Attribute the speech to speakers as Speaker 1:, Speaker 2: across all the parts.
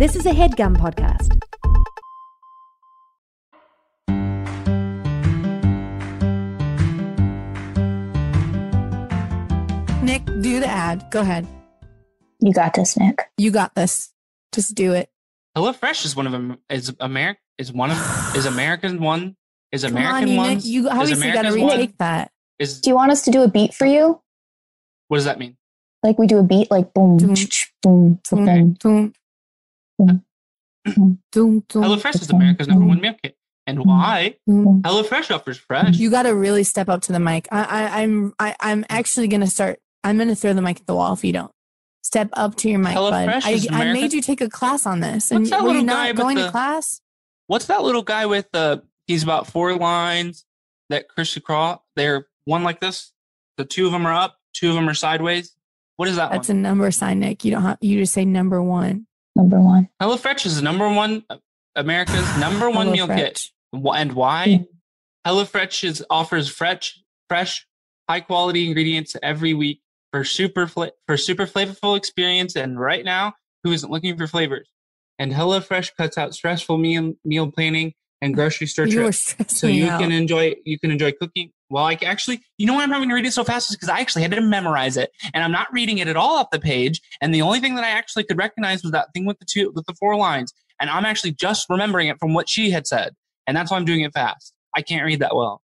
Speaker 1: This is a headgum podcast.
Speaker 2: Nick, do the ad. Go ahead.
Speaker 3: You got this, Nick.
Speaker 2: You got this. Just do it.
Speaker 4: HelloFresh is one of them. Is America is one of is American one is
Speaker 2: Come
Speaker 4: American
Speaker 2: on,
Speaker 4: one
Speaker 2: Nick. You obviously got to
Speaker 4: America's
Speaker 2: retake
Speaker 4: one?
Speaker 2: that.
Speaker 4: is
Speaker 3: Do you want us to do a beat for you?
Speaker 4: what does that mean?
Speaker 3: Like we do a beat, like boom,
Speaker 2: Doom.
Speaker 3: ch-ch, boom,
Speaker 2: Doom,
Speaker 3: boom.
Speaker 2: doom,
Speaker 3: Boom.
Speaker 2: doom, doom,
Speaker 4: HelloFresh is America's number one meal kit,
Speaker 2: Mm-hmm.
Speaker 4: and why?
Speaker 2: doom.
Speaker 4: HelloFresh offers fresh.
Speaker 2: You got to really step up to the mic. I, I, I'm, I, I'm actually gonna start. I'm gonna throw the mic at the wall if you don't step up to your mic,
Speaker 4: Hello
Speaker 2: bud.
Speaker 4: Fresh
Speaker 2: I,
Speaker 4: is
Speaker 2: I made
Speaker 4: America-
Speaker 2: you take a class on this,
Speaker 4: What's
Speaker 2: and
Speaker 4: that
Speaker 2: were you
Speaker 4: little guy
Speaker 2: not
Speaker 4: with
Speaker 2: going to
Speaker 4: the-
Speaker 2: class?
Speaker 4: What's that little guy with the? He's about four lines. That crisscross. They're one like this. The two of them are up. Two of them are sideways. What is that
Speaker 2: That's a
Speaker 4: one?
Speaker 2: number sign, Nick. You don't have. You just say number one.
Speaker 3: Number one.
Speaker 4: HelloFresh is number one. uh, America's number one meal kit.
Speaker 2: HelloFresh.
Speaker 4: Wh- and why? HelloFresh is, offers fresh, fresh, high quality ingredients every week for super fla- for super flavorful experience. And right now, who isn't looking for flavors? And HelloFresh cuts out stressful meal meal planning and grocery store
Speaker 2: You were
Speaker 4: trips,
Speaker 2: stressing
Speaker 4: so
Speaker 2: me
Speaker 4: you
Speaker 2: out.
Speaker 4: can enjoy you can enjoy cooking. Well, I c- actually, you know why I'm having to read it so fast is because I actually had to memorize it, and I'm not reading it at all off the page. And the only thing that I actually could recognize was that thing with the two with the four lines, and I'm actually just remembering it from what she had said, and that's why I'm doing it fast. I can't read that well.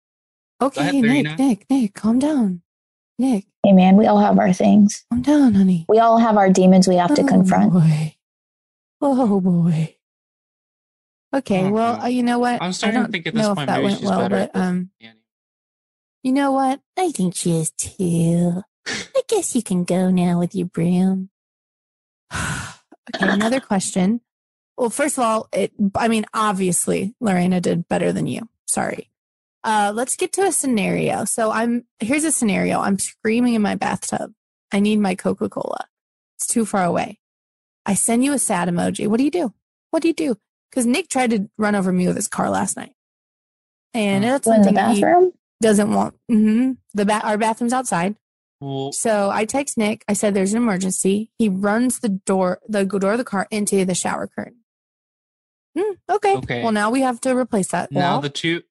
Speaker 2: okay,
Speaker 4: ahead,
Speaker 2: Nick,
Speaker 4: Karina.
Speaker 2: Nick, Nick, calm down. Nick,
Speaker 3: Hey man, we all have our things.
Speaker 2: calm down, honey.
Speaker 3: We all have our demons we have to confront.
Speaker 2: Oh boy. Oh boy. Okay,
Speaker 4: Oh,
Speaker 2: well,
Speaker 4: God.
Speaker 2: uh, you know what?
Speaker 4: I'm
Speaker 2: I
Speaker 4: starting
Speaker 2: don't
Speaker 4: to think at this
Speaker 2: know if
Speaker 4: point
Speaker 2: that
Speaker 4: maybe
Speaker 2: went
Speaker 4: she's
Speaker 2: well,
Speaker 4: better.
Speaker 2: but
Speaker 4: at this
Speaker 2: um,
Speaker 4: than Annie.
Speaker 2: you know what? I think she is too. I guess you can go now with your broom. okay, another question. Well, first of all, it. I mean, obviously, Lorena did better than you. Sorry. Uh, let's get to a scenario. So I'm here's a scenario. I'm screaming in my bathtub. I need my Coca Cola. It's too far away. I send you a sad emoji. What do you do? What do you do? Because Nick tried to run over me with his car last night, and that's
Speaker 3: You in the
Speaker 2: something that he-
Speaker 3: bathroom?
Speaker 2: doesn't want hmm the ba- our bathroom's outside.
Speaker 4: Well,
Speaker 2: So I text Nick. I said there's an emergency. He runs the door the door of the car into the shower curtain. Hmm, okay.
Speaker 4: Okay.
Speaker 2: Well, now we have to replace that.
Speaker 4: now
Speaker 2: wall.
Speaker 4: the two,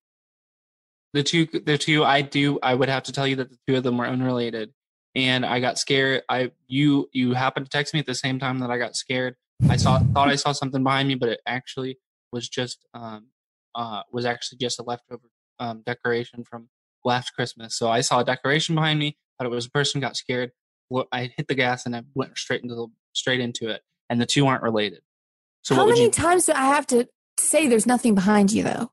Speaker 4: the two, the two. I do. I would have to tell you that the two of them were unrelated, and I got scared. I you you happened to text me at the same time that I got scared. I saw thought I saw something behind me, but it actually was just um uh was actually just a leftover um decoration from last Christmas. So I saw a decoration behind me. Thought it was a person. Got scared. Well, I hit the gas and I went straight into the straight into it. And the two aren't related. So
Speaker 2: How
Speaker 4: what would
Speaker 2: many
Speaker 4: you?
Speaker 2: times do I have to say there's nothing behind you though?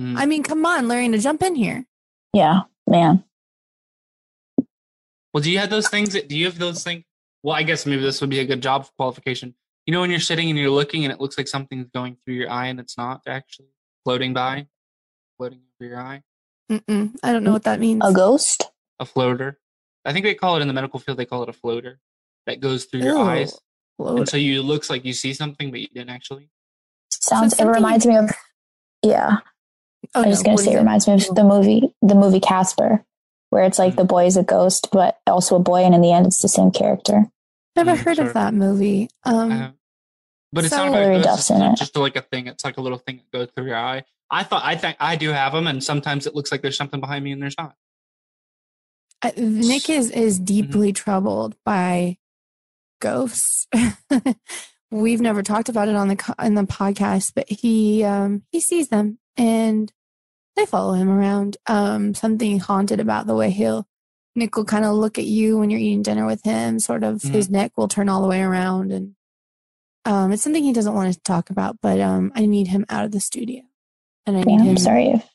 Speaker 4: Mm.
Speaker 2: I mean, come on, Larry, to jump in here.
Speaker 3: Yeah, man.
Speaker 4: Well, do you have those things? That, do you have those things? Well, I guess maybe this would be a good job qualification. You know, when you're sitting and you're looking and it looks like something's going through your eye and it's not actually floating by, floating over your eye,
Speaker 2: Mm-mm, I
Speaker 4: Hmm.
Speaker 2: don't know what that means.
Speaker 3: A ghost?
Speaker 4: a floater. I think they call it in the medical field, they call it a floater that goes through your
Speaker 2: Ew, oh,
Speaker 4: eyes.
Speaker 2: Floater.
Speaker 4: And so you it looks like you see something, but you didn't actually.
Speaker 3: Sounds it
Speaker 2: something-
Speaker 3: reminds me of Yeah.
Speaker 2: Oh,
Speaker 3: I was just
Speaker 2: no,
Speaker 3: gonna
Speaker 2: what
Speaker 3: say
Speaker 2: is
Speaker 3: it reminds me of the movie the movie Casper, where it's like the boy is a ghost, but also a boy and in the end it's the same character.
Speaker 2: Never
Speaker 4: Mm,
Speaker 2: heard
Speaker 4: sort
Speaker 2: of
Speaker 4: of.
Speaker 2: that movie. Um,
Speaker 4: I have- uh, but it's not
Speaker 2: so-
Speaker 4: about
Speaker 3: Hillary
Speaker 4: a ghost, it's
Speaker 3: Duff's in
Speaker 4: not
Speaker 3: it.
Speaker 4: just like a thing. It's like a little thing that goes through your eye. I thought I think I do have them, and sometimes it looks like there's something behind me and there's not.
Speaker 2: I, Nick is is
Speaker 4: Mm-hmm.
Speaker 2: deeply troubled by ghosts. We've never talked about it on the co- in the podcast, but he um, he sees them and they follow him around. Um, something haunted about the way he'll Nick will kind of look at you when you're eating dinner with him. Sort of his
Speaker 4: Mm-hmm.
Speaker 2: neck will turn all the way around, and um, it's something he doesn't want to talk about. But um, I need him out of the studio, and I
Speaker 3: Yeah,
Speaker 2: need him,
Speaker 3: I'm sorry if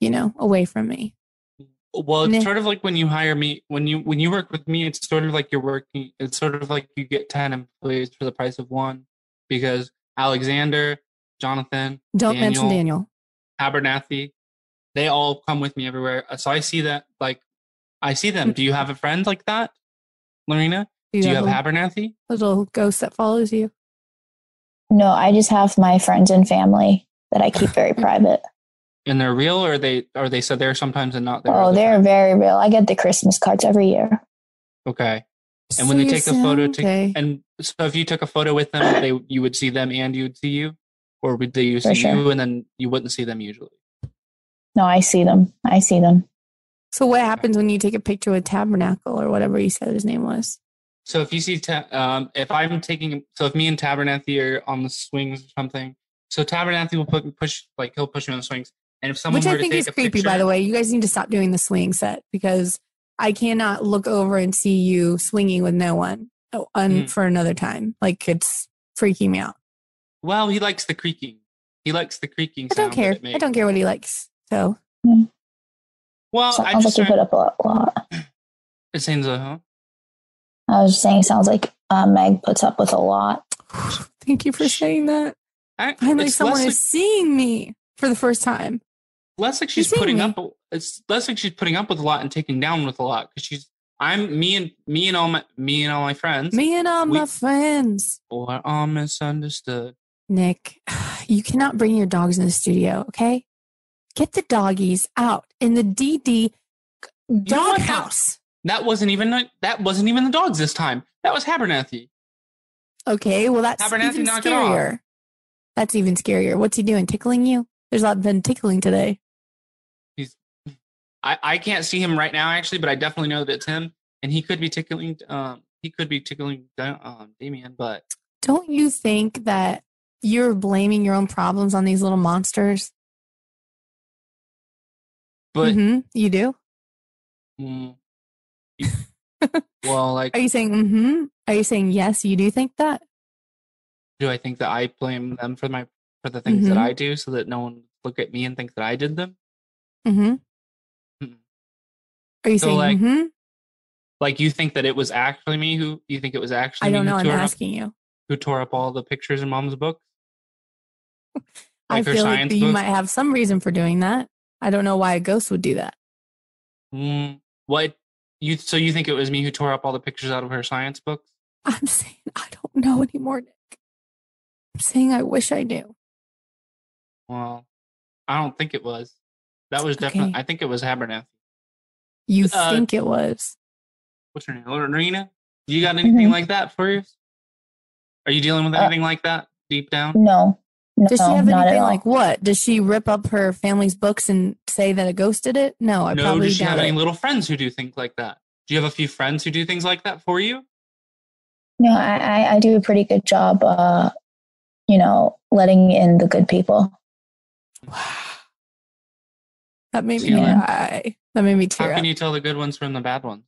Speaker 2: you know, away from me.
Speaker 4: Well, it's
Speaker 2: Meh.
Speaker 4: sort of like when you hire me, when you when you work with me, it's sort of like you're working. It's sort of like you get ten employees for the price of one, because Alexander, Jonathan,
Speaker 2: Don't mention
Speaker 4: Daniel.
Speaker 2: Daniel.
Speaker 4: Abernathy, they all come with me everywhere. Uh, So I see that, like, I see them. Do you have a friend like that, Lorena? Do you have
Speaker 2: a
Speaker 4: Abernathy?
Speaker 2: little ghost that follows you?
Speaker 3: no, I just have my friends and family that I keep very private.
Speaker 4: And they're real, or they are they so they're sometimes and not there?
Speaker 3: Oh,
Speaker 4: other
Speaker 3: they're
Speaker 4: times?
Speaker 3: very real. I get the Christmas cards every year.
Speaker 4: okay. And when they
Speaker 2: you're
Speaker 4: take the
Speaker 2: saying-
Speaker 4: photo to-
Speaker 2: okay.
Speaker 4: And so if you took a photo with them, they you would see them and you'd see you, or would they see
Speaker 3: For sure.
Speaker 4: you and then you wouldn't see them usually?
Speaker 3: No, I see them. I see them.
Speaker 2: so what happens when you take a picture with Tabernacle or whatever you said his name was?
Speaker 4: So if you see, ta- um, if I'm taking, so if me and Tabernathy are on the swings or something, so Tabernathy will put, push, like he'll push me on the swings. And if someone
Speaker 2: Which
Speaker 4: were
Speaker 2: I think
Speaker 4: to take
Speaker 2: is
Speaker 4: a
Speaker 2: creepy,
Speaker 4: picture,
Speaker 2: by the way. You guys need to stop doing the swing set because I cannot look over and see you swinging with no one oh, un-
Speaker 4: Mhm.
Speaker 2: for another time. Like it's freaking me out.
Speaker 4: Well, he likes the creaking. He likes the creaking.
Speaker 2: I don't
Speaker 4: sound that
Speaker 2: care.
Speaker 4: it
Speaker 2: I
Speaker 4: makes.
Speaker 2: don't care what he likes. So Oh,
Speaker 4: Well, I'm
Speaker 3: sounds
Speaker 4: just
Speaker 3: like you
Speaker 4: trying-
Speaker 3: put up a lot. lot.
Speaker 4: it seems, uh, huh?
Speaker 3: I was just saying, it sounds like uh, Meg puts up with a lot.
Speaker 2: thank you for saying that.
Speaker 4: I,
Speaker 2: Finally,
Speaker 4: it's
Speaker 2: someone
Speaker 4: less like,
Speaker 2: is seeing me for the first time.
Speaker 4: less like she's
Speaker 2: seeing
Speaker 4: putting
Speaker 2: me.
Speaker 4: up. It's less like she's putting up with a lot and taking down with a lot because she's. I'm me and me and all my me and all my friends.
Speaker 2: Me and all
Speaker 4: We-
Speaker 2: my friends.
Speaker 4: We're all misunderstood.
Speaker 2: Nick, you cannot bring your dogs in the studio, okay? Get the doggies out in the DD
Speaker 4: know what?
Speaker 2: doghouse.
Speaker 4: That wasn't even like- that wasn't even the dogs this time. That was Abernathy.
Speaker 2: Okay, well that's
Speaker 4: Abernathy,
Speaker 2: even
Speaker 4: knock it off.
Speaker 2: scarier. That's even scarier. What's he doing? Tickling you? There's a lot been tickling today.
Speaker 4: I, I can't see him right now actually, but I definitely know that it's him, and he could be tickling. Um, he could be tickling Da- um, Damien, but
Speaker 2: Don't you think that you're blaming your own problems on these little monsters?
Speaker 4: but
Speaker 2: hmm You do? Mm-hmm.
Speaker 4: mm, you- mm, well, like
Speaker 2: Are you saying mm-hmm? Are you saying yes, you do think that?
Speaker 4: do I think that I blame them for my for the things
Speaker 2: Mhm.
Speaker 4: that I do, so that no one look at me and think that I did them?
Speaker 2: Mm-hmm.
Speaker 4: Mm-mm.
Speaker 2: Are you
Speaker 4: So,
Speaker 2: saying
Speaker 4: like,
Speaker 2: mm-hmm?
Speaker 4: Like you think that it was actually me who you think it was actually
Speaker 2: I don't
Speaker 4: me
Speaker 2: know.
Speaker 4: who,
Speaker 2: I'm
Speaker 4: tore up,
Speaker 2: asking you.
Speaker 4: who tore up all the pictures in mom's book?
Speaker 2: I
Speaker 4: Like her
Speaker 2: feel like
Speaker 4: science
Speaker 2: that you
Speaker 4: book?
Speaker 2: might have some reason for doing that. I don't know why a ghost would do that.
Speaker 4: Mm, what you so you think it was me who tore up all the pictures out of her science books?
Speaker 2: I'm saying I don't know anymore, Nick. I'm saying I wish I knew.
Speaker 4: Well, I don't think it was. That was definitely.
Speaker 2: Okay.
Speaker 4: I think it was Abernathy.
Speaker 2: You
Speaker 4: Uh,
Speaker 2: think it was.
Speaker 4: What's her name? Lorena. You got anything
Speaker 3: Mhm.
Speaker 4: like that for you? Are you dealing with
Speaker 3: Uh,
Speaker 4: anything like that deep down?
Speaker 3: No, no,
Speaker 2: Does she have
Speaker 3: not at
Speaker 2: anything
Speaker 3: all.
Speaker 2: like what? Does she rip up her family's books and say that a ghost did it? No, I
Speaker 4: no.
Speaker 2: probably
Speaker 4: Does she
Speaker 2: doubt
Speaker 4: have any
Speaker 2: it.
Speaker 4: little friends who do things like that? Do you have a few friends who do things like that for you?
Speaker 3: No, I, I, I do a pretty good job, uh, you know, letting in the good people.
Speaker 2: That made me
Speaker 4: Yeah.
Speaker 2: cry. That made me
Speaker 4: How
Speaker 2: tear
Speaker 4: can
Speaker 2: up.
Speaker 4: you tell the good ones from the bad ones?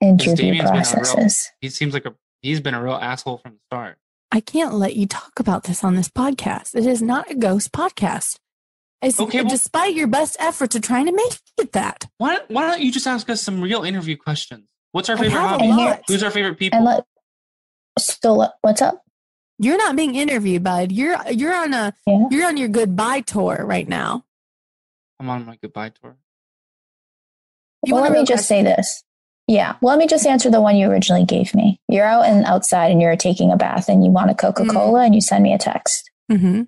Speaker 3: and
Speaker 4: Because
Speaker 3: through
Speaker 4: Damien's been a real-
Speaker 3: processes.
Speaker 4: He seems like a. He's been a real asshole from the start.
Speaker 2: I can't let you talk about this on this podcast. It is not a ghost podcast. It's,
Speaker 4: Okay, well-
Speaker 2: despite your best efforts of trying to make it that.
Speaker 4: Why don't, why don't you just ask us some real interview questions? What's our
Speaker 2: I
Speaker 4: favorite
Speaker 2: have
Speaker 3: a
Speaker 4: hobby?
Speaker 3: lot.
Speaker 4: Who's our favorite people?
Speaker 3: And let so let- what's up?
Speaker 2: You're not being interviewed, bud. You're you're on a
Speaker 3: Yeah.
Speaker 2: you're on your goodbye tour right now.
Speaker 4: I'm on my goodbye tour.
Speaker 2: You
Speaker 3: well,
Speaker 2: want
Speaker 3: let
Speaker 2: a
Speaker 3: me
Speaker 2: real
Speaker 3: just
Speaker 2: question?
Speaker 3: say this. Yeah. Well, let me just answer the one you originally gave me. You're out and outside, and you're taking a bath, and you want a Coca Cola,
Speaker 2: Mm.
Speaker 3: and you send me a text.
Speaker 2: Mm-hmm.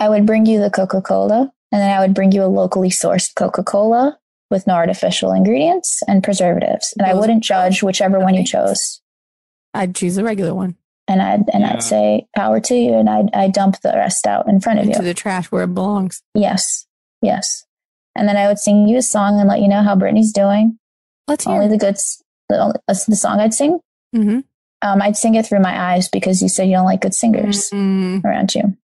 Speaker 3: I would bring you the Coca Cola, and then I would bring you a locally sourced Coca Cola with no artificial ingredients and preservatives, and I
Speaker 2: Those-
Speaker 3: wouldn't judge whichever one you
Speaker 2: Okay.
Speaker 3: chose.
Speaker 2: I'd choose a regular one
Speaker 3: And I'd and
Speaker 4: Yeah.
Speaker 3: I'd say power to you, and I'd I would dump the rest out in front of you.
Speaker 2: into the trash where it belongs.
Speaker 3: Yes. Yes. And then I would sing you a song and let you know how Brittany's doing.
Speaker 2: Let's hear.
Speaker 3: Only
Speaker 2: it.
Speaker 3: the good, s- the, only- uh, the song I'd sing.
Speaker 2: Mhm.
Speaker 3: Um, I'd sing it through my eyes because you said you don't like good singers
Speaker 2: Mm.
Speaker 3: around you.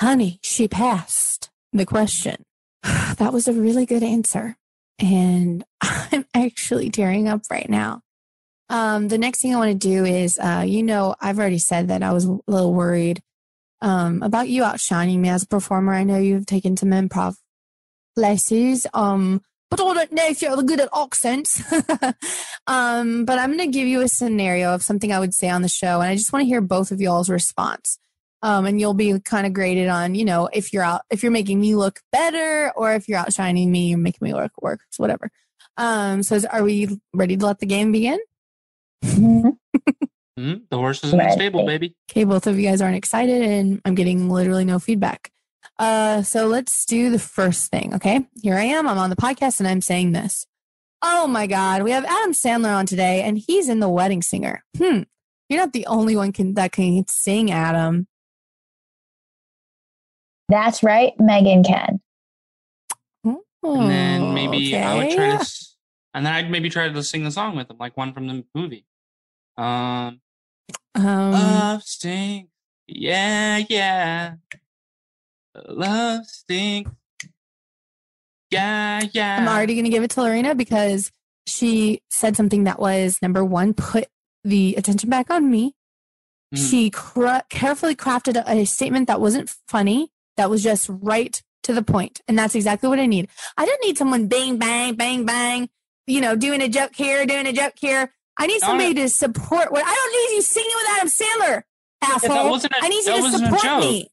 Speaker 2: Honey, she passed the question. That was a really good answer, and I'm actually tearing up right now. Um, the next thing I want to do is, uh, you know, I've already said that I was a little worried um, about you outshining me as a performer. I know you've taken some improv classes, um, but I don't know if you're good at accents. um, but I'm going to give you a scenario of something I would say on the show, and I just want to hear both of y'all's response. Um, and you'll be kind of graded on, you know, if you're out, if you're making me look better, or if you're outshining me, you're making me look worse, whatever. Um, so, is, are we ready to let the game begin?
Speaker 3: Mm-hmm.
Speaker 4: Mhm. The horse is in the
Speaker 3: Right.
Speaker 4: stable, baby.
Speaker 2: Okay, both of you guys aren't excited, and I'm getting literally no feedback. Uh, so let's do the first thing. Okay, here I am. I'm on the podcast, and I'm saying this. Oh my God. We have Adam Sandler on today, and he's in The Wedding Singer. Hmm. You're not the only one can, that can sing, Adam.
Speaker 3: That's right, Megan can.
Speaker 4: and then maybe I would try to,
Speaker 2: Oh, okay.
Speaker 4: s- and then I'd maybe try to sing the song with them, like one from the movie. Um,
Speaker 2: Um,
Speaker 4: love stinks, yeah, yeah. Love stinks, yeah, yeah.
Speaker 2: I'm already going to give it to Lorena because she said something that was number one, put the attention back on me.
Speaker 4: Mhm.
Speaker 2: She cra- carefully crafted a, a statement that wasn't funny, that was just right to the point. And that's exactly what I need. I don't need someone bang, bang, bang, bang, you know, doing a joke here, doing a joke here. I need
Speaker 4: Don't-
Speaker 2: somebody to support what I don't need you singing with Adam Sandler,
Speaker 4: Yeah,
Speaker 2: asshole.
Speaker 4: that wasn't a,
Speaker 2: I need you
Speaker 4: that
Speaker 2: to
Speaker 4: wasn't a
Speaker 2: support
Speaker 4: joke.
Speaker 2: me.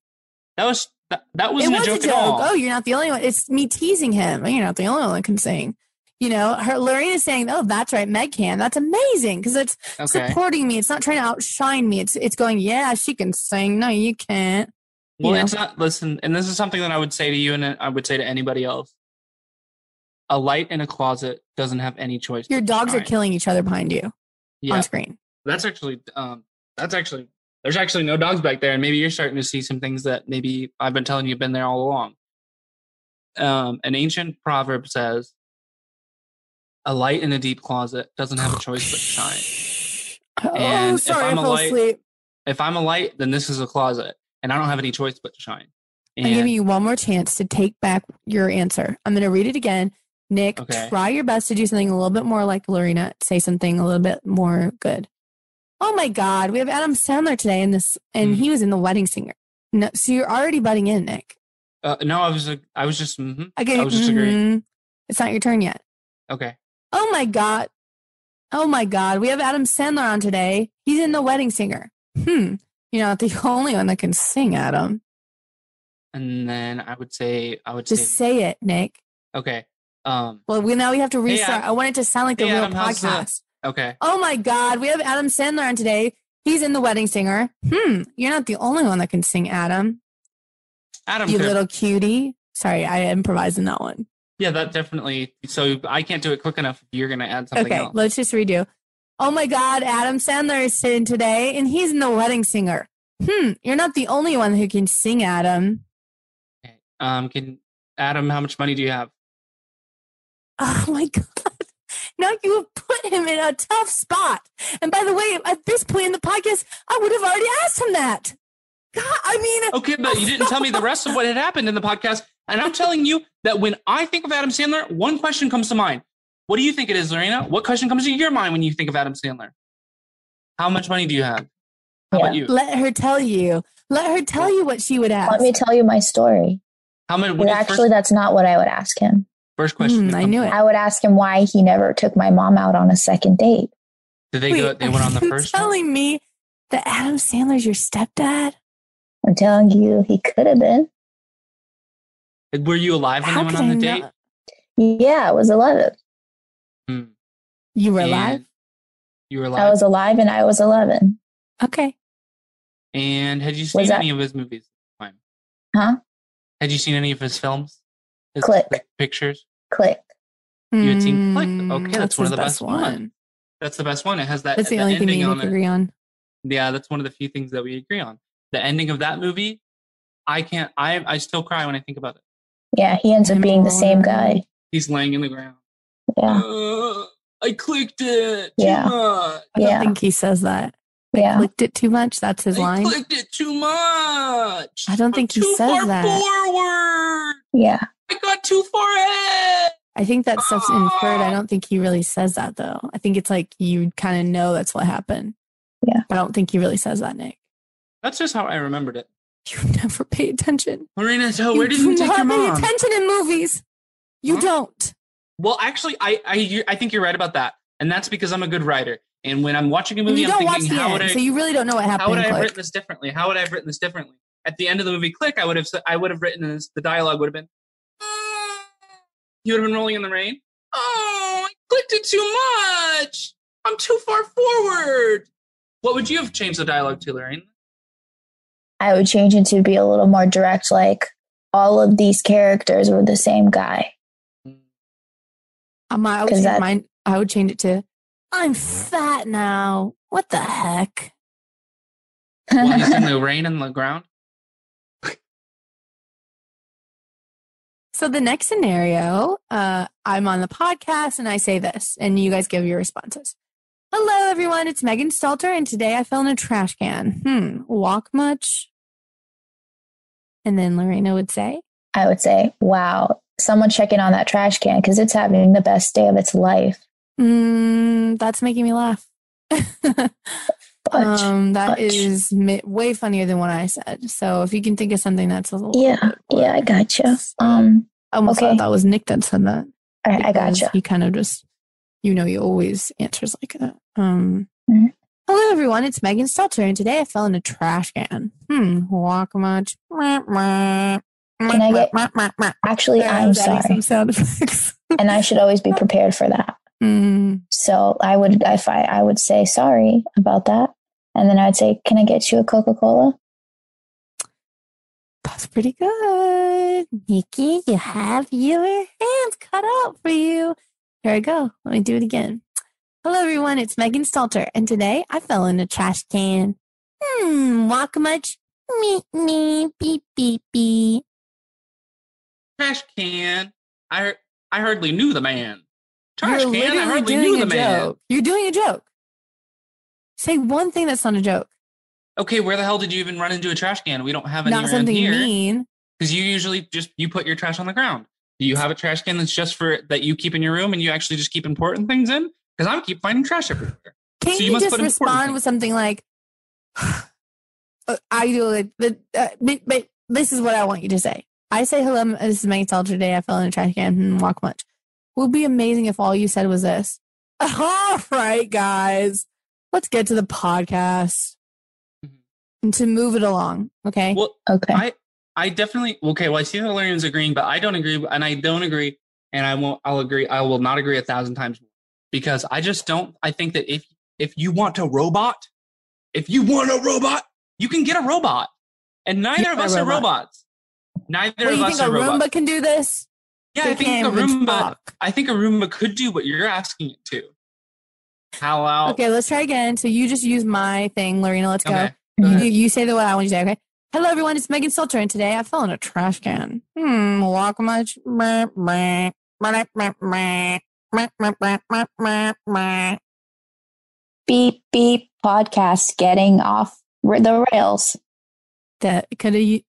Speaker 4: That was that, that
Speaker 2: It
Speaker 4: wasn't
Speaker 2: was
Speaker 4: a
Speaker 2: a
Speaker 4: joke,
Speaker 2: joke.
Speaker 4: at all.
Speaker 2: Oh, you're not the only one. It's me teasing him. You're not the only one that can sing. You know, her Lorena's saying, "Oh, that's right, Meg can." That's amazing because it's
Speaker 4: okay.
Speaker 2: supporting me. It's not trying to outshine me. It's it's going, "Yeah, she can sing. No, you can't."
Speaker 4: Well,
Speaker 2: you
Speaker 4: it's not. Listen, and this is something that I would say to you, and I would say to anybody else. A light in a closet doesn't have any choice.
Speaker 2: Your
Speaker 4: but to
Speaker 2: dogs are
Speaker 4: shine.
Speaker 2: killing each other behind you
Speaker 4: Yeah,
Speaker 2: on screen.
Speaker 4: that's actually. Um, that's actually. There's actually no dogs back there, and maybe you're starting to see some things that maybe I've been telling you have been there all along. Um, an ancient proverb says, "A light in a deep closet doesn't have a choice but to shine."
Speaker 2: Oh,
Speaker 4: And if
Speaker 2: sorry, I
Speaker 4: I'm a
Speaker 2: fell
Speaker 4: light-
Speaker 2: asleep.
Speaker 4: If I'm a light, then this is a closet, and I don't have any choice but to shine. And
Speaker 2: I'm giving you one more chance to take back your answer. I'm going to read it again. Nick,
Speaker 4: Okay.
Speaker 2: try your best to do something a little bit more like Lorena. Say something a little bit more good. Oh my God, we have Adam Sandler today in this, and
Speaker 4: Mm-hmm.
Speaker 2: he was in The Wedding Singer. No, so you're already butting in, Nick.
Speaker 4: uh, no, I was. uh, I was just. hmm
Speaker 2: Again,
Speaker 4: I was just agreeing.
Speaker 2: mhm. It's not your turn yet.
Speaker 4: Okay.
Speaker 2: Oh my God. Oh my God, we have Adam Sandler on today. He's in The Wedding Singer. Hmm. You're not the only one that can sing, Adam.
Speaker 4: And then I would say I would
Speaker 2: Just
Speaker 4: say
Speaker 2: say it, Nick.
Speaker 4: okay. Um
Speaker 2: Well, we now we have to
Speaker 4: Hey,
Speaker 2: restart.
Speaker 4: Ad-
Speaker 2: I want it to sound like the
Speaker 4: Hey,
Speaker 2: real
Speaker 4: Adam, how's the-
Speaker 2: podcast.
Speaker 4: okay.
Speaker 2: Oh my God, we have Adam Sandler on today. He's in The Wedding Singer. Hmm, you're not the only one that can sing, Adam.
Speaker 4: Adam
Speaker 2: you
Speaker 4: could-
Speaker 2: little cutie. Sorry, I improvised in that one.
Speaker 4: Yeah, that definitely so I can't do it quick enough if you're gonna add something
Speaker 2: Okay,
Speaker 4: else.
Speaker 2: let's just redo. Oh my God, Adam Sandler is in today, and he's in The Wedding Singer. Hmm, you're not the only one who can sing, Adam.
Speaker 4: Okay. Um can Adam, how much money do you have?
Speaker 2: Oh my God. Now you have put him in a tough spot. And by the way, at this point in the podcast, I would have already asked him that. God, I mean,
Speaker 4: Okay, but you didn't tell me the rest of what had happened in the podcast. And I'm telling you that when I think of Adam Sandler, one question comes to mind. What do you think it is, Lorena? What question comes to your mind when you think of Adam Sandler? How much money do you have? How about you?
Speaker 2: let her tell you. Let her tell you what she would ask.
Speaker 3: Let me tell you my story.
Speaker 4: How much?
Speaker 3: But
Speaker 4: What is
Speaker 3: actually,
Speaker 4: first,
Speaker 3: that's not what I would ask him.
Speaker 4: first question.
Speaker 2: Hmm,
Speaker 4: that
Speaker 2: I
Speaker 4: comes
Speaker 2: knew
Speaker 4: to
Speaker 2: it.
Speaker 4: mind.
Speaker 3: I would ask him why he never took my mom out on a second date.
Speaker 4: Did they go?
Speaker 2: Wait,
Speaker 4: They went on the
Speaker 2: you're
Speaker 4: first. one?
Speaker 2: telling me that Adam Sandler's your stepdad?
Speaker 3: I'm telling you, he could have been.
Speaker 4: Were you alive when they went
Speaker 2: could
Speaker 4: on the
Speaker 2: I
Speaker 4: date?
Speaker 2: not-
Speaker 3: Yeah, I was 11.
Speaker 4: Hmm.
Speaker 2: You were
Speaker 4: and
Speaker 2: alive?
Speaker 4: You were
Speaker 3: I
Speaker 4: alive.
Speaker 3: was alive and I was 11.
Speaker 2: Okay.
Speaker 4: and had you seen
Speaker 3: that-
Speaker 4: any of his movies? at the time?
Speaker 3: Huh?
Speaker 4: Had you seen any of his films? His
Speaker 3: Click.
Speaker 4: pictures.
Speaker 3: Click.
Speaker 4: You had seen Click. Okay, that's one
Speaker 2: Hmm, his
Speaker 4: of the best one. That's the best one. It has that.
Speaker 2: That's the only thing
Speaker 4: ending
Speaker 2: we
Speaker 4: on
Speaker 2: can
Speaker 4: it.
Speaker 2: agree on.
Speaker 4: Yeah, that's one of the few things that we agree on. The ending of that movie, I can't. I I still cry when I think about it.
Speaker 3: Yeah, he ends up being the same guy.
Speaker 4: He's laying in the ground.
Speaker 3: Yeah,
Speaker 4: "Uh, I clicked it too
Speaker 3: Yeah.
Speaker 4: much.
Speaker 2: I
Speaker 3: Yeah.
Speaker 2: don't think he says that.
Speaker 3: yeah.
Speaker 2: Clicked it too much. That's his
Speaker 4: I
Speaker 2: line.
Speaker 4: clicked it too much.
Speaker 2: I don't think he
Speaker 4: too
Speaker 2: says
Speaker 4: far
Speaker 2: that.
Speaker 4: forward.
Speaker 3: Yeah.
Speaker 4: I got too far ahead.
Speaker 2: I think that stuff's inferred. I
Speaker 4: Ah.
Speaker 2: don't think he really says that though. I think it's like you kind of know that's what happened.
Speaker 3: Yeah.
Speaker 2: I don't think he really says that, Nick.
Speaker 4: That's just how I remembered it.
Speaker 2: You never pay attention.
Speaker 4: Marina, so where did you
Speaker 2: do
Speaker 4: take
Speaker 2: not
Speaker 4: your
Speaker 2: pay
Speaker 4: mom?
Speaker 2: attention in movies. You
Speaker 4: Huh?
Speaker 2: don't.
Speaker 4: Well, actually, I, I you- I think you're right about that, and that's because I'm a good writer. And when I'm watching a
Speaker 2: And
Speaker 4: movie,
Speaker 2: you
Speaker 4: I'm
Speaker 2: don't watch
Speaker 4: thinking,
Speaker 2: the
Speaker 4: how
Speaker 2: end,
Speaker 4: would I
Speaker 2: so you really don't know what happened.
Speaker 4: how would I have
Speaker 2: Click.
Speaker 4: written this differently? How would I have written this differently? At the end of the movie, click, I would have s- I would have written this. The dialogue would have been, he would have been rolling in the rain. Oh, I clicked it too much. I'm too far forward. What would you have changed the dialogue to, Lorraine?
Speaker 3: I would change it to be a little more direct, like all of these characters were the same guy.
Speaker 2: Um, I, would
Speaker 3: 'Cause
Speaker 2: change
Speaker 3: that-
Speaker 2: mine, I would change it to, I'm fat now. What the heck?
Speaker 4: While he's in the rain and the ground.
Speaker 2: So the next scenario, uh, I'm on the podcast and I say this, and you guys give your responses. Hello, everyone. It's Megan Stalter, and today I fell in a trash can. Hmm, walk much? And then Lorena would say,
Speaker 3: I would say, wow, someone check in on that trash can because it's having the best day of its life.
Speaker 2: mm, "That's making me laugh."
Speaker 3: But
Speaker 2: um, that
Speaker 3: fudge.
Speaker 2: is mi- way funnier than what I said. So if you can think of something that's a little,
Speaker 3: yeah, yeah, I gotcha. Um,
Speaker 2: I almost
Speaker 3: okay.
Speaker 2: thought that was Nick that said that.
Speaker 3: all right, I
Speaker 2: because
Speaker 3: gotcha.
Speaker 2: He kind of just, you know, he always answers like that. Um,
Speaker 3: Mhm.
Speaker 2: Hello, everyone. It's Megan Stelter, and today I fell in a trash can. Hmm, walk much. Can
Speaker 3: I get- Actually, I'm sorry,
Speaker 2: Some sound effects.
Speaker 3: and I should always be prepared for that.
Speaker 2: Mm,
Speaker 3: So I would, if I, I would say sorry about that, and then I'd say, can I get you a Coca Cola?
Speaker 2: that's pretty good. Nikki, you have your hands cut out for you. Here I go. Let me do it again. Hello, everyone. It's Megan Stalter, and today I fell in a trash can. Hmm, walk much. Me, me, beep, beep, beep.
Speaker 4: Trash can. I I hardly knew the man. Trash
Speaker 2: You're
Speaker 4: can. I
Speaker 2: literally
Speaker 4: hardly
Speaker 2: doing
Speaker 4: knew the
Speaker 2: a
Speaker 4: man.
Speaker 2: joke. You're doing a joke. Say one thing that's not a joke,
Speaker 4: Okay, where the hell did you even run into a trash can? We don't have any
Speaker 2: not
Speaker 4: around
Speaker 2: something
Speaker 4: here
Speaker 2: mean.
Speaker 4: because you usually just you put your trash on the ground. Do you have a trash can that's just for that you keep in your room and you actually just keep important things in? Because I keep finding trash everywhere.
Speaker 2: Can
Speaker 4: So you
Speaker 2: you,
Speaker 4: must
Speaker 2: just
Speaker 4: put important
Speaker 2: respond
Speaker 4: things.
Speaker 2: with something like, uh, "I do like the, uh, but, but this is what I want you to say." I say, "Hello, m- this is Megan Salter. Today, I fell in a trash can and didn't walk much." Would be amazing if all you said was this. All right, guys, let's get to the podcast
Speaker 4: Mhm.
Speaker 2: and to move it along. Okay,
Speaker 4: Well,
Speaker 3: Okay,
Speaker 4: I I definitely okay. Well, I see that Larian's agreeing, but I don't agree, and I don't agree, and I won't. I'll agree. I will not agree a thousand times more because I just don't. I think that if if you want a robot, if you want a robot, you can get a robot, and neither
Speaker 2: You're
Speaker 4: of
Speaker 2: a
Speaker 4: us are
Speaker 2: robot.
Speaker 4: robots. Neither
Speaker 2: what do
Speaker 4: of
Speaker 2: you
Speaker 4: us
Speaker 2: think a
Speaker 4: are
Speaker 2: Roomba
Speaker 4: robots.
Speaker 2: can do this?
Speaker 4: Yeah,
Speaker 2: They
Speaker 4: I think
Speaker 2: can't
Speaker 4: a
Speaker 2: even
Speaker 4: Roomba.
Speaker 2: talk.
Speaker 4: I think a Roomba could do what you're asking it to. How out?
Speaker 2: Okay, let's try again. So you just use my thing, Lorena. Let's go.
Speaker 4: Oh. Okay, go
Speaker 2: You,
Speaker 4: ahead.
Speaker 2: do- you say the what I want you to say, okay? Hello, everyone. It's Megan Stelter, and today I fell in a trash can. Hmm, walk much. Meh, meh, meh, meh, meh, meh, meh, meh, meh, meh, meh.
Speaker 3: beep beep podcast getting off r- the rails.
Speaker 2: That could have.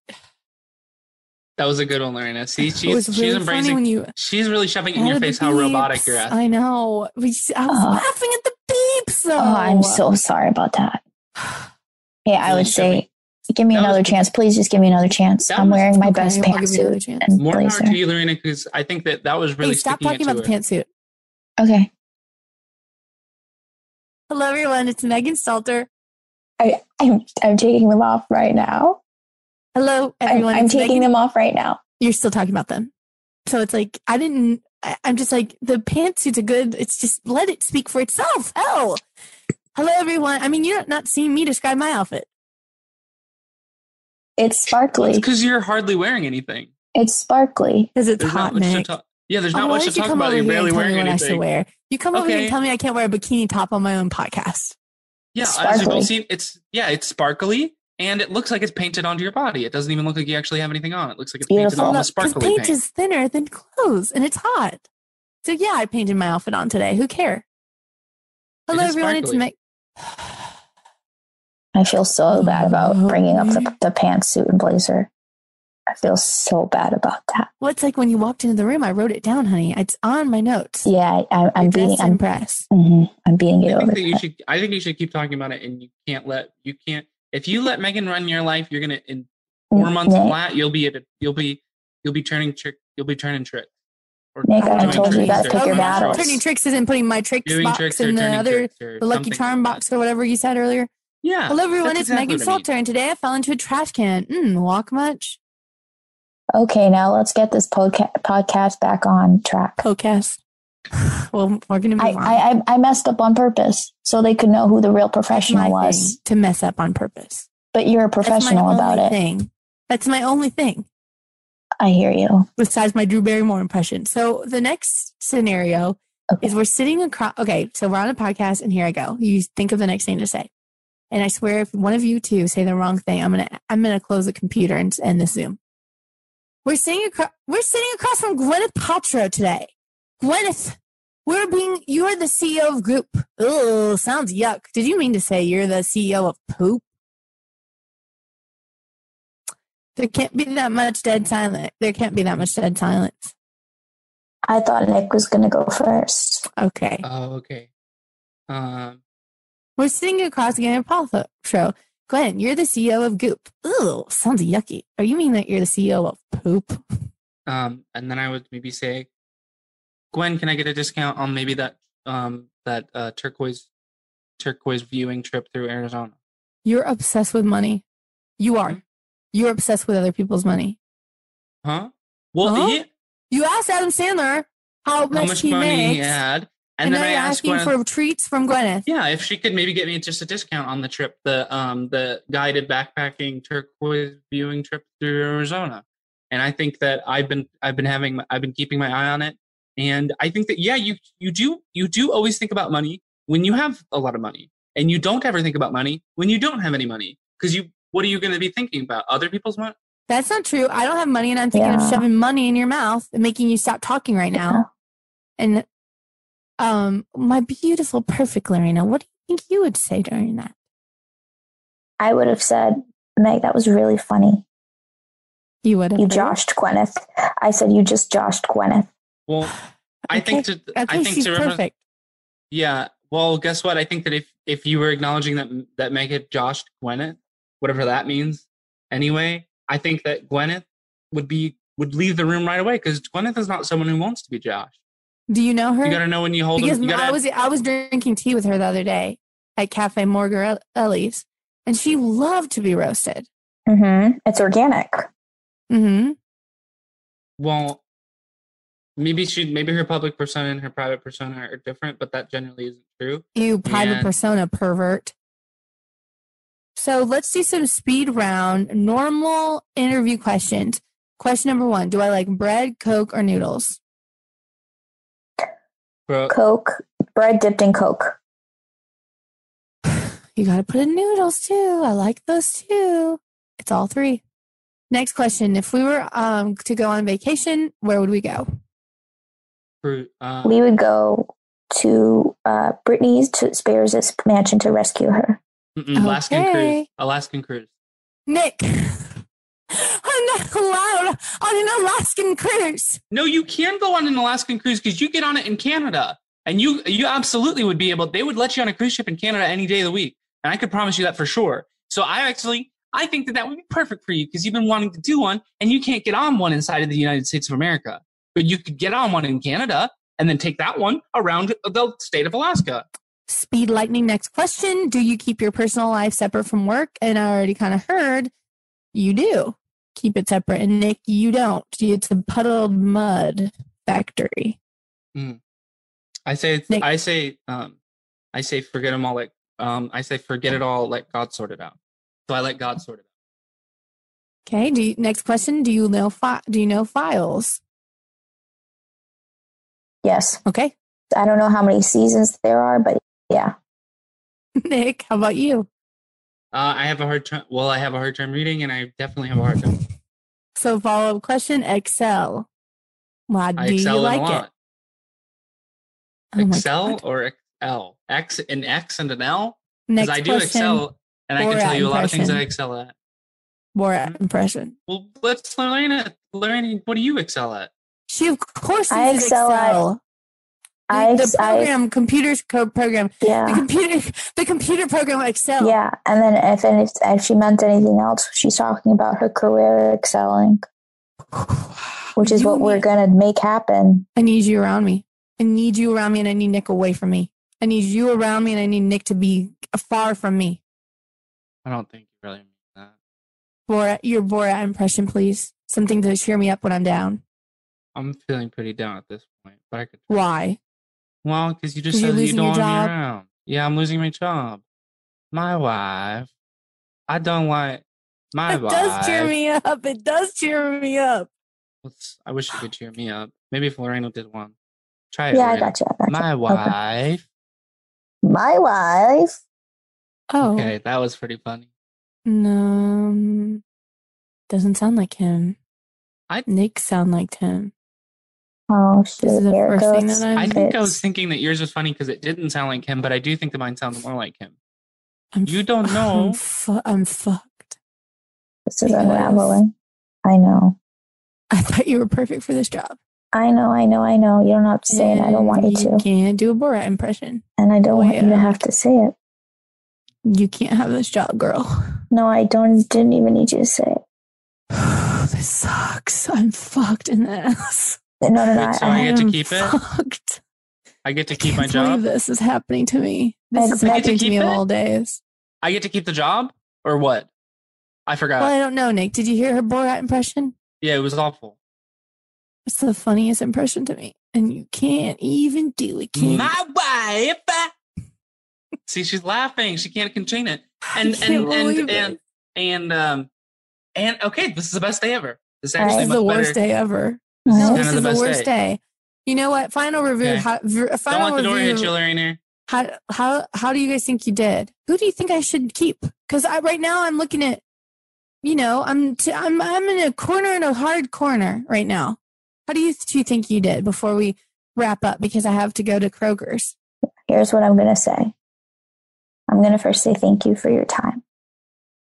Speaker 4: That was a good one, Lorena. See,
Speaker 2: It
Speaker 4: she's
Speaker 2: was
Speaker 4: she's
Speaker 2: really funny
Speaker 4: embracing.
Speaker 2: when you.
Speaker 4: she's really shoving in
Speaker 2: added
Speaker 4: your
Speaker 2: the
Speaker 4: face how robotic you're
Speaker 2: beeps.
Speaker 4: asking.
Speaker 2: I know. We just- I was
Speaker 3: Oh.
Speaker 2: laughing at the beeps. Though.
Speaker 3: Oh, I'm so sorry about that. Yeah, I
Speaker 4: Really
Speaker 3: would say, give me
Speaker 4: That was-
Speaker 3: another chance. Please just give me another chance.
Speaker 4: That
Speaker 3: I'm
Speaker 4: was-
Speaker 3: wearing my
Speaker 2: Okay,
Speaker 3: best
Speaker 2: I'll give you another
Speaker 3: pantsuit
Speaker 2: chance.
Speaker 3: and
Speaker 4: More
Speaker 3: blazer.
Speaker 4: power to you, Lorena, because I think that that was really
Speaker 2: hey, stop
Speaker 4: sticking it
Speaker 2: talking
Speaker 4: to
Speaker 2: about the
Speaker 4: her.
Speaker 2: pantsuit.
Speaker 3: Okay.
Speaker 2: Hello, everyone. It's Megan Stelter.
Speaker 3: I, I'm, I'm taking them off right now.
Speaker 2: Hello,
Speaker 3: I'm,
Speaker 2: everyone.
Speaker 3: I'm
Speaker 2: it's
Speaker 3: taking
Speaker 2: Megan-
Speaker 3: them off right now.
Speaker 2: You're still talking about them. So it's like, I didn't, I, I'm just like, the pantsuit's a good, it's just let it speak for itself. Hell. Hello, everyone. I mean, you're not seeing me describe my outfit.
Speaker 3: It's
Speaker 4: It's
Speaker 3: sparkly.
Speaker 4: because you're hardly wearing anything.
Speaker 3: It's sparkly.
Speaker 2: Because it's
Speaker 4: There's
Speaker 2: hot,
Speaker 4: not much
Speaker 2: Nick.
Speaker 4: to talk. Yeah, there's
Speaker 2: Oh,
Speaker 4: not
Speaker 2: why
Speaker 4: much to
Speaker 2: don't you
Speaker 4: talk
Speaker 2: come
Speaker 4: about.
Speaker 2: over
Speaker 4: You're
Speaker 2: here and
Speaker 4: barely
Speaker 2: tell me
Speaker 4: wearing
Speaker 2: what I should
Speaker 4: anything.
Speaker 2: wear. You come over here
Speaker 4: Okay.
Speaker 2: and tell me I can't wear a bikini top on my own podcast.
Speaker 4: Yeah,
Speaker 3: It's
Speaker 4: as you've all
Speaker 3: sparkly.
Speaker 4: seen, it's yeah, it's sparkly and it looks like it's painted onto your body. It doesn't even look like you actually have anything on. It looks like it's painted
Speaker 3: Beautiful.
Speaker 4: on
Speaker 2: Well,
Speaker 4: with
Speaker 2: Because
Speaker 4: sparkly
Speaker 2: paint
Speaker 4: paint.
Speaker 2: is thinner than clothes and it's hot. So yeah, I painted my outfit on today. Who care? Hello,
Speaker 4: is
Speaker 2: everyone.
Speaker 4: sparkly.
Speaker 2: It's Meg.
Speaker 3: I feel so bad
Speaker 2: Oh.
Speaker 3: about bringing up the,
Speaker 2: Okay.
Speaker 3: the pantsuit and blazer. I feel so bad about that.
Speaker 2: Well, it's like when you walked into the room, I wrote it down, honey. It's on my notes.
Speaker 3: Yeah, I, I, I'm
Speaker 2: Your
Speaker 3: beating.
Speaker 2: best
Speaker 3: I'm,
Speaker 2: impress.
Speaker 3: mhm, I'm beating it
Speaker 4: I
Speaker 3: over.
Speaker 4: think that you should. I think you should keep talking about it, and you can't let you can't. If you let Megan run your life, you're gonna in four months
Speaker 3: Mm, Nick,
Speaker 4: flat. You'll be at. A, you'll be. You'll be turning trick. You'll be turning trick. Or
Speaker 3: Nick, I
Speaker 4: doing
Speaker 3: told you you
Speaker 4: tricks
Speaker 3: gotta
Speaker 4: or
Speaker 3: pick your
Speaker 4: doing
Speaker 3: battles.
Speaker 4: tricks.
Speaker 2: Turning tricks isn't putting my tricks
Speaker 4: Doing
Speaker 2: box
Speaker 4: tricks or
Speaker 2: in the
Speaker 4: turning
Speaker 2: other
Speaker 4: tricks or
Speaker 2: the lucky
Speaker 4: something
Speaker 2: charm
Speaker 4: like that.
Speaker 2: box or whatever you said earlier.
Speaker 4: Yeah.
Speaker 2: Hello, everyone.
Speaker 4: that's
Speaker 2: It's Megan
Speaker 4: exactly what I mean.
Speaker 2: Salter, and today I fell into a trash can. Mm, walk much?
Speaker 3: Okay, now let's get this podca- podcast back on track.
Speaker 2: Podcast. well, we're gonna move
Speaker 3: I,
Speaker 2: Oh, on.
Speaker 3: I I I messed up on purpose so they could know who the real
Speaker 2: That's my
Speaker 3: professional was.
Speaker 2: thing to mess up on purpose.
Speaker 3: But you're a
Speaker 2: That's my
Speaker 3: professional
Speaker 2: only
Speaker 3: about it.
Speaker 2: thing. That's my only thing.
Speaker 3: I hear you.
Speaker 2: besides my Drew Barrymore impression. So the next scenario
Speaker 3: Okay.
Speaker 2: is we're sitting across. Okay, so we're on a podcast, and here I go. You think of the next thing to say, and I swear, if one of you two say the wrong thing, I'm gonna I'm gonna close the computer and end the Zoom. We're sitting across. We're sitting across from Gwyneth Paltrow today. Gwyneth, we're being. You are the CEO of Group. Oh, sounds yuck. Did you mean to say you're the CEO of Poop? There can't be that much dead silence. There can't be that much dead silence.
Speaker 3: I thought Nick was going to go first.
Speaker 2: Okay.
Speaker 4: Oh, okay. Um,
Speaker 2: We're sitting across again at Paul Show. Glenn, you're the CEO of Goop. Ooh, sounds yucky. Are you mean that you're the CEO of Poop?
Speaker 4: um, and then I would maybe say, Gwen, can I get a discount on maybe that um that uh turquoise turquoise viewing trip through Arizona?
Speaker 2: You're obsessed with money. You are. You're obsessed with other people's money.
Speaker 4: Huh? Well,
Speaker 2: Huh?
Speaker 4: yeah,
Speaker 2: You asked Adam Sandler how
Speaker 4: how
Speaker 2: much,
Speaker 4: much
Speaker 2: he
Speaker 4: money
Speaker 2: makes,
Speaker 4: he had,
Speaker 2: and,
Speaker 4: and, then
Speaker 2: now
Speaker 4: I
Speaker 2: you're
Speaker 4: asked
Speaker 2: asking
Speaker 4: Gwen,
Speaker 2: for treats from Gwyneth.
Speaker 4: yeah, if she could maybe get me just a discount on the trip, the um the guided backpacking turquoise viewing trip through Arizona. And I think that I've been I've been having I've been keeping my eye on it, and I think that yeah, you you do you do always think about money when you have a lot of money, and you don't ever think about money when you don't have any money because you what are you going to be thinking about other people's money?
Speaker 2: That's not true. I don't have money, and I'm thinking of
Speaker 3: Yeah.
Speaker 2: shoving money in your mouth and making you stop talking right now. And um, my beautiful, perfect Lorena, what do you think you would say during that?
Speaker 3: I would have said, Meg, that was really funny.
Speaker 2: You would have
Speaker 3: You
Speaker 2: heard.
Speaker 3: joshed Gwyneth. I said, you just joshed Gwyneth.
Speaker 4: Well, I think to I
Speaker 2: Okay,
Speaker 4: think
Speaker 2: she's
Speaker 4: to represent-
Speaker 2: perfect.
Speaker 4: Yeah. Well, guess what? I think that if if you were acknowledging that that Meg had joshed Gwyneth, whatever that means, anyway, I think that Gwyneth would be would leave the room right away because Gwyneth is not someone who wants to be joshed.
Speaker 2: Do you know her?
Speaker 4: You got to know when you hold
Speaker 2: because
Speaker 4: them. You gotta,
Speaker 2: I was I was drinking tea with her the other day at Cafe Morgarelli's, and she loved to be roasted.
Speaker 3: Mm-hmm. It's organic.
Speaker 2: Mm-hmm.
Speaker 4: well, maybe she maybe her public persona and her private persona are different, but that generally isn't true.
Speaker 2: You private
Speaker 4: And-
Speaker 2: persona pervert. So let's do some speed round normal interview questions. Question number one: Do I like bread, Coke, or noodles?
Speaker 4: Bro,
Speaker 3: Coke, bread dipped in Coke.
Speaker 2: You got to put in noodles too. I like those too. It's all three. Next question: If we were um, to go on vacation, where would we go?
Speaker 4: fruit. Uh,
Speaker 3: We would go to uh, Brittany to Spears' mansion to rescue her.
Speaker 4: mm-mm, Alaskan cruise.
Speaker 2: Okay.
Speaker 4: Alaskan cruise.
Speaker 2: Nick, I'm not allowed on an Alaskan cruise.
Speaker 4: No, you can go on an Alaskan cruise because you get on it in Canada, and you you absolutely would be able. They would let you on a cruise ship in Canada any day of the week, and I could promise you that for sure. So I actually I think that that would be perfect for you because you've been wanting to do one, and you can't get on one inside of the United States of America, but you could get on one in Canada and then take that one around the state of Alaska.
Speaker 2: Speed lightning. Next question: Do you keep your personal life separate from work? And I already kind of heard you do keep it separate, and Nick, you don't. It's a puddled mud factory.
Speaker 4: I say
Speaker 2: Nick-
Speaker 4: I say um, I say forget them all like um, I say forget it all let God sort it out. So I let God sort it out.
Speaker 2: Okay. Do you, next question: Do you know fi- Do you know files?
Speaker 3: Yes.
Speaker 2: Okay,
Speaker 3: I don't know how many seasons there are, but yeah.
Speaker 2: Nick, how about you?
Speaker 4: Uh, I have a hard time. Well, I have a hard time reading, and I definitely have a hard time.
Speaker 2: So follow up question: Excel. Why do
Speaker 4: I
Speaker 2: you
Speaker 4: excel in a
Speaker 2: like
Speaker 4: lot.
Speaker 2: it? Oh my
Speaker 4: excel
Speaker 2: God.
Speaker 4: or L? X an X and an L? Because
Speaker 2: Next
Speaker 4: I do
Speaker 2: question.
Speaker 4: excel, and I
Speaker 2: or
Speaker 4: can tell
Speaker 2: at
Speaker 4: you a lot of things that I
Speaker 2: impression.
Speaker 4: excel at.
Speaker 2: Borat impression.
Speaker 4: Well, let's learn it. Lorraine, what do you excel at?
Speaker 2: She of course
Speaker 3: I
Speaker 2: uses
Speaker 3: excel at-
Speaker 2: Excel. The-
Speaker 3: I,
Speaker 2: the
Speaker 3: I
Speaker 2: program, computers code program, the
Speaker 3: yeah.
Speaker 2: computer, the computer program Excel.
Speaker 3: Yeah. And then if, and if, if she meant anything else, she's talking about her career excelling, which is
Speaker 2: You
Speaker 3: what we're
Speaker 2: need-
Speaker 3: going to make happen.
Speaker 2: I need you around me. I need you around me, and I need Nick away from me. I need you around me, and I need Nick to be far from me.
Speaker 4: I don't think you really mean that.
Speaker 2: Borat, your Borat impression, please. Something to cheer me up when I'm down.
Speaker 4: I'm feeling pretty down at this point, but I could.
Speaker 2: Why?
Speaker 4: Well, because you
Speaker 2: 'Cause
Speaker 4: just said
Speaker 2: you're
Speaker 4: that you
Speaker 2: losing your
Speaker 4: don't want me
Speaker 2: job.
Speaker 4: around. Yeah, I'm losing my job. My wife. I don't like my
Speaker 2: it
Speaker 4: wife.
Speaker 2: does cheer me up. It does cheer me up.
Speaker 4: Let's- I wish you could cheer me up. Maybe if Lorena did one. Try it.
Speaker 3: Yeah, I
Speaker 4: William.
Speaker 3: got you. I got you.
Speaker 4: My wife.
Speaker 3: My wife.
Speaker 2: Oh,
Speaker 4: Okay, that was pretty funny.
Speaker 2: no. Doesn't sound like him.
Speaker 4: I-
Speaker 2: Nick sound like him.
Speaker 3: Oh shoot!
Speaker 2: This is the
Speaker 3: Here it
Speaker 2: first thing
Speaker 3: goes.
Speaker 2: that I'm,
Speaker 4: I
Speaker 2: I'm,
Speaker 4: think I
Speaker 3: It's-
Speaker 4: was thinking that yours was funny because it didn't sound like him, but I do think that mine sounds more like him. You don't know.
Speaker 2: I'm, fu- I'm fucked.
Speaker 3: This is
Speaker 2: Yes.
Speaker 3: unraveling. I know.
Speaker 2: I thought you were perfect for this job.
Speaker 3: I know. I know. I know. You don't have to say it. I don't want you
Speaker 2: And
Speaker 3: to,
Speaker 2: Can't do a Borat impression.
Speaker 3: and I don't want you to
Speaker 2: Well.
Speaker 3: have to say it.
Speaker 2: You can't have this job, girl.
Speaker 3: No, I don't. Didn't even need you to say it.
Speaker 2: this sucks. I'm fucked in the ass.
Speaker 3: No, no, no.
Speaker 4: Wait, so
Speaker 3: I,
Speaker 4: I get Oh, to
Speaker 2: am
Speaker 4: keep it?
Speaker 2: Fucked.
Speaker 4: I get to
Speaker 2: I
Speaker 4: keep
Speaker 2: can't
Speaker 4: my job.
Speaker 2: believe This is happening to me. This
Speaker 3: It's
Speaker 2: is
Speaker 3: not-
Speaker 2: happening to me
Speaker 4: Keep
Speaker 2: of
Speaker 4: it?
Speaker 2: all days.
Speaker 4: I get to keep the job or what? I forgot.
Speaker 2: Well, I don't know, Nick. Did you hear her Borat impression?
Speaker 4: Yeah, it was awful.
Speaker 2: It's the funniest impression to me, and you can't even do it. Can you?
Speaker 4: My wife. See, she's laughing. She can't contain it.
Speaker 2: I
Speaker 4: And
Speaker 2: can't
Speaker 4: and
Speaker 2: believe
Speaker 4: and
Speaker 2: it.
Speaker 4: and, and um and okay, this is the best day ever. This is
Speaker 3: This
Speaker 4: actually
Speaker 2: this is
Speaker 4: much
Speaker 2: the worst
Speaker 4: better.
Speaker 2: day ever.
Speaker 3: I,
Speaker 2: No,
Speaker 4: kinda
Speaker 2: this
Speaker 4: the
Speaker 2: is the,
Speaker 4: best
Speaker 2: worst day. You know what? Final review.
Speaker 4: Okay.
Speaker 2: How, v-
Speaker 4: Don't
Speaker 2: final
Speaker 4: let the door hit
Speaker 2: review.
Speaker 4: you, Lorena.
Speaker 2: how how how do you guys think you did? Who do you think I should keep? Because I right now I'm looking at, you know, I'm t- I'm I'm in a corner in a hard corner right now. How do you two think you did before we wrap up? Because I have to go to Kroger's.
Speaker 3: here's what I'm going to say. I'm going to first say thank you for your time,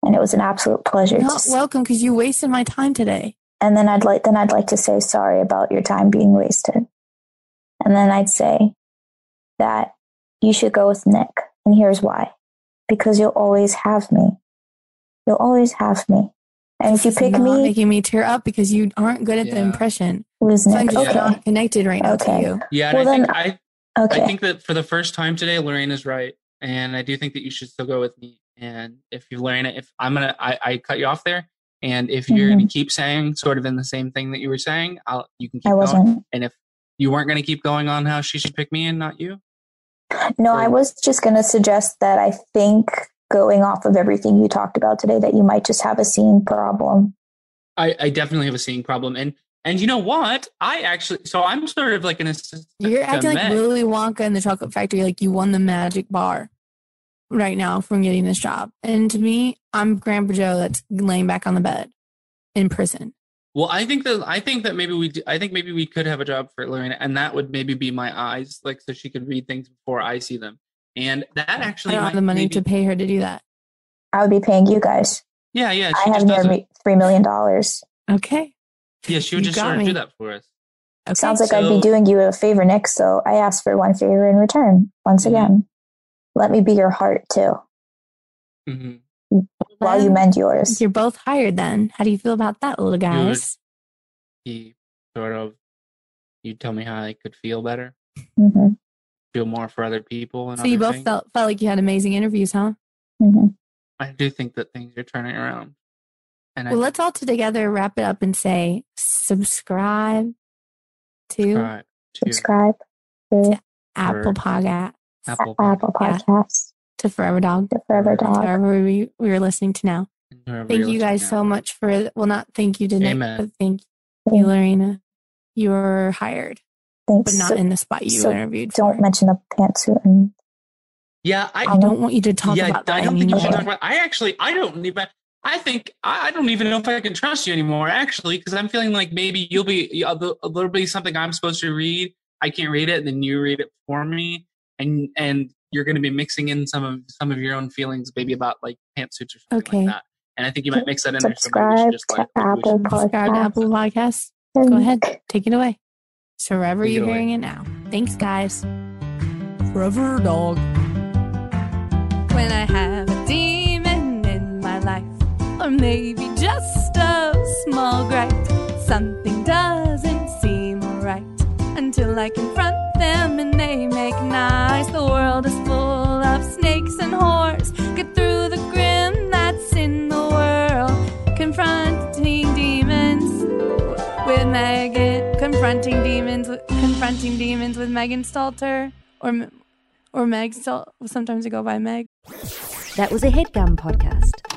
Speaker 3: and it was an absolute pleasure. to
Speaker 2: Not
Speaker 3: s-
Speaker 2: welcome because you wasted my time today.
Speaker 3: and then I'd like then I'd like to say sorry about your time being wasted. And then I'd say that you should go with Nick, and here's why. Because you'll always have me. You'll always have me. And if you
Speaker 2: It's
Speaker 3: pick
Speaker 2: not
Speaker 3: me,
Speaker 2: making me tear up because you aren't good at the
Speaker 4: Yeah.
Speaker 2: impression.
Speaker 3: lose
Speaker 2: So I'm
Speaker 3: Nick.
Speaker 2: just
Speaker 3: Okay.
Speaker 2: not connected right now
Speaker 3: Okay.
Speaker 2: to you.
Speaker 4: Yeah, and
Speaker 3: Well,
Speaker 4: I think
Speaker 3: then-
Speaker 4: I
Speaker 3: Okay.
Speaker 4: I think that for the first time today, Lorena's right, and I do think that you should still go with me. And if you, Lorena, if I'm gonna, I, I cut you off there, and if you're gonna keep saying sort of in the same thing that you were saying, I'll you can keep
Speaker 3: Mm-hmm. I
Speaker 4: going.
Speaker 3: wasn't.
Speaker 4: And if you weren't gonna keep going on how she should pick me and not you,
Speaker 3: No, I was just going to suggest that I think going off of everything you talked about today, that you might just have a scene problem.
Speaker 4: I, I definitely have a seeing problem. And and you know what? I actually, so I'm sort of like an assistant.
Speaker 2: You're
Speaker 4: to
Speaker 2: acting like
Speaker 4: Meg.
Speaker 2: Willy Wonka in the Chocolate Factory, like you won the magic bar right now from getting this job. And to me, I'm Grandpa Joe that's laying back on the bed in prison.
Speaker 4: Well, I think that I think that maybe we do, I think maybe we could have a job for Lorena, and that would maybe be my eyes, like so she could read things before I see them, and that
Speaker 2: I
Speaker 4: actually
Speaker 2: don't
Speaker 4: might
Speaker 2: have the money
Speaker 4: maybe-
Speaker 2: to pay her to do that.
Speaker 3: I would be paying you guys.
Speaker 4: Yeah, yeah, she
Speaker 3: I have
Speaker 4: just
Speaker 3: near
Speaker 4: doesn't.
Speaker 3: me- $3 million. dollars.
Speaker 2: Okay.
Speaker 4: yeah, she
Speaker 2: You
Speaker 4: would just
Speaker 2: got
Speaker 4: sort of
Speaker 2: me.
Speaker 4: do that for us.
Speaker 2: okay.
Speaker 3: Sounds like I'd
Speaker 4: So-
Speaker 3: be doing you a favor, Nick. So I asked for one favor in return. Once
Speaker 2: Mm-hmm.
Speaker 4: Mhm.
Speaker 3: again, let me be your heart too
Speaker 4: hmm
Speaker 3: while you
Speaker 2: Then
Speaker 3: mend yours.
Speaker 2: You're both hired then. How do you feel about that, little guys?
Speaker 4: He sort of, you tell me how I could feel better,
Speaker 3: hmm
Speaker 4: feel more for other people, and
Speaker 2: So you
Speaker 4: other
Speaker 2: both
Speaker 4: things.
Speaker 2: felt felt like you had amazing interviews, huh?
Speaker 3: hmm
Speaker 4: I do think that things are turning around, and
Speaker 2: Well,
Speaker 4: I
Speaker 2: let's all together wrap it up and say subscribe to
Speaker 4: subscribe to
Speaker 3: Subscribe to
Speaker 2: Apple
Speaker 4: Sure.
Speaker 2: Podcast,
Speaker 4: Apple Podcast
Speaker 3: Apple
Speaker 2: Yeah.
Speaker 3: Podcasts,
Speaker 2: to Forever Dog,
Speaker 3: the Forever Dog.
Speaker 2: wherever we, we were listening to now.
Speaker 4: and whoever
Speaker 2: Thank
Speaker 4: you're
Speaker 2: you guys
Speaker 4: listening
Speaker 2: so
Speaker 4: at.
Speaker 2: much for well, not thank you to Nick,
Speaker 4: Amen.
Speaker 2: but thank you, Lorena. You're hired, but
Speaker 3: Thanks.
Speaker 2: not
Speaker 3: So
Speaker 2: in the spot you
Speaker 3: so
Speaker 2: interviewed.
Speaker 3: don't
Speaker 2: for.
Speaker 3: mention the pantsuit. And
Speaker 4: Yeah, I
Speaker 2: I don't want you to talk
Speaker 4: yeah,
Speaker 2: about that
Speaker 4: I don't think you should
Speaker 2: anymore.
Speaker 4: talk about. I actually, I don't even. I think I I don't even know if I can trust you anymore, actually, because I'm feeling like maybe you'll be a li- a little bit something I'm supposed to read. I can't read it, and then you read it for me, and and you're going to be mixing in some of some of your own feelings, maybe about like pantsuits or something
Speaker 2: Okay.
Speaker 4: like that. And I think you might mix that in there. so maybe
Speaker 3: Subscribe
Speaker 4: we should just,
Speaker 3: to
Speaker 4: like, maybe we should-
Speaker 3: Apple
Speaker 2: Subscribe to Apple Podcasts. Go ahead, take it away. So wherever
Speaker 4: Um, Take it
Speaker 2: you're
Speaker 4: away.
Speaker 2: hearing it now. Thanks, guys. Forever Dog. When I have a demon in my life, or maybe just a small gripe, something doesn't seem alright until I confront them and they make nice. The world is full of snakes and whores. Get through the grim that's in the world. Confronting demons with Megan, confronting demons, with, confronting demons with Megan Stalter or M- or Meg Stal. Sometimes I go by Meg.
Speaker 1: That was a headgum podcast.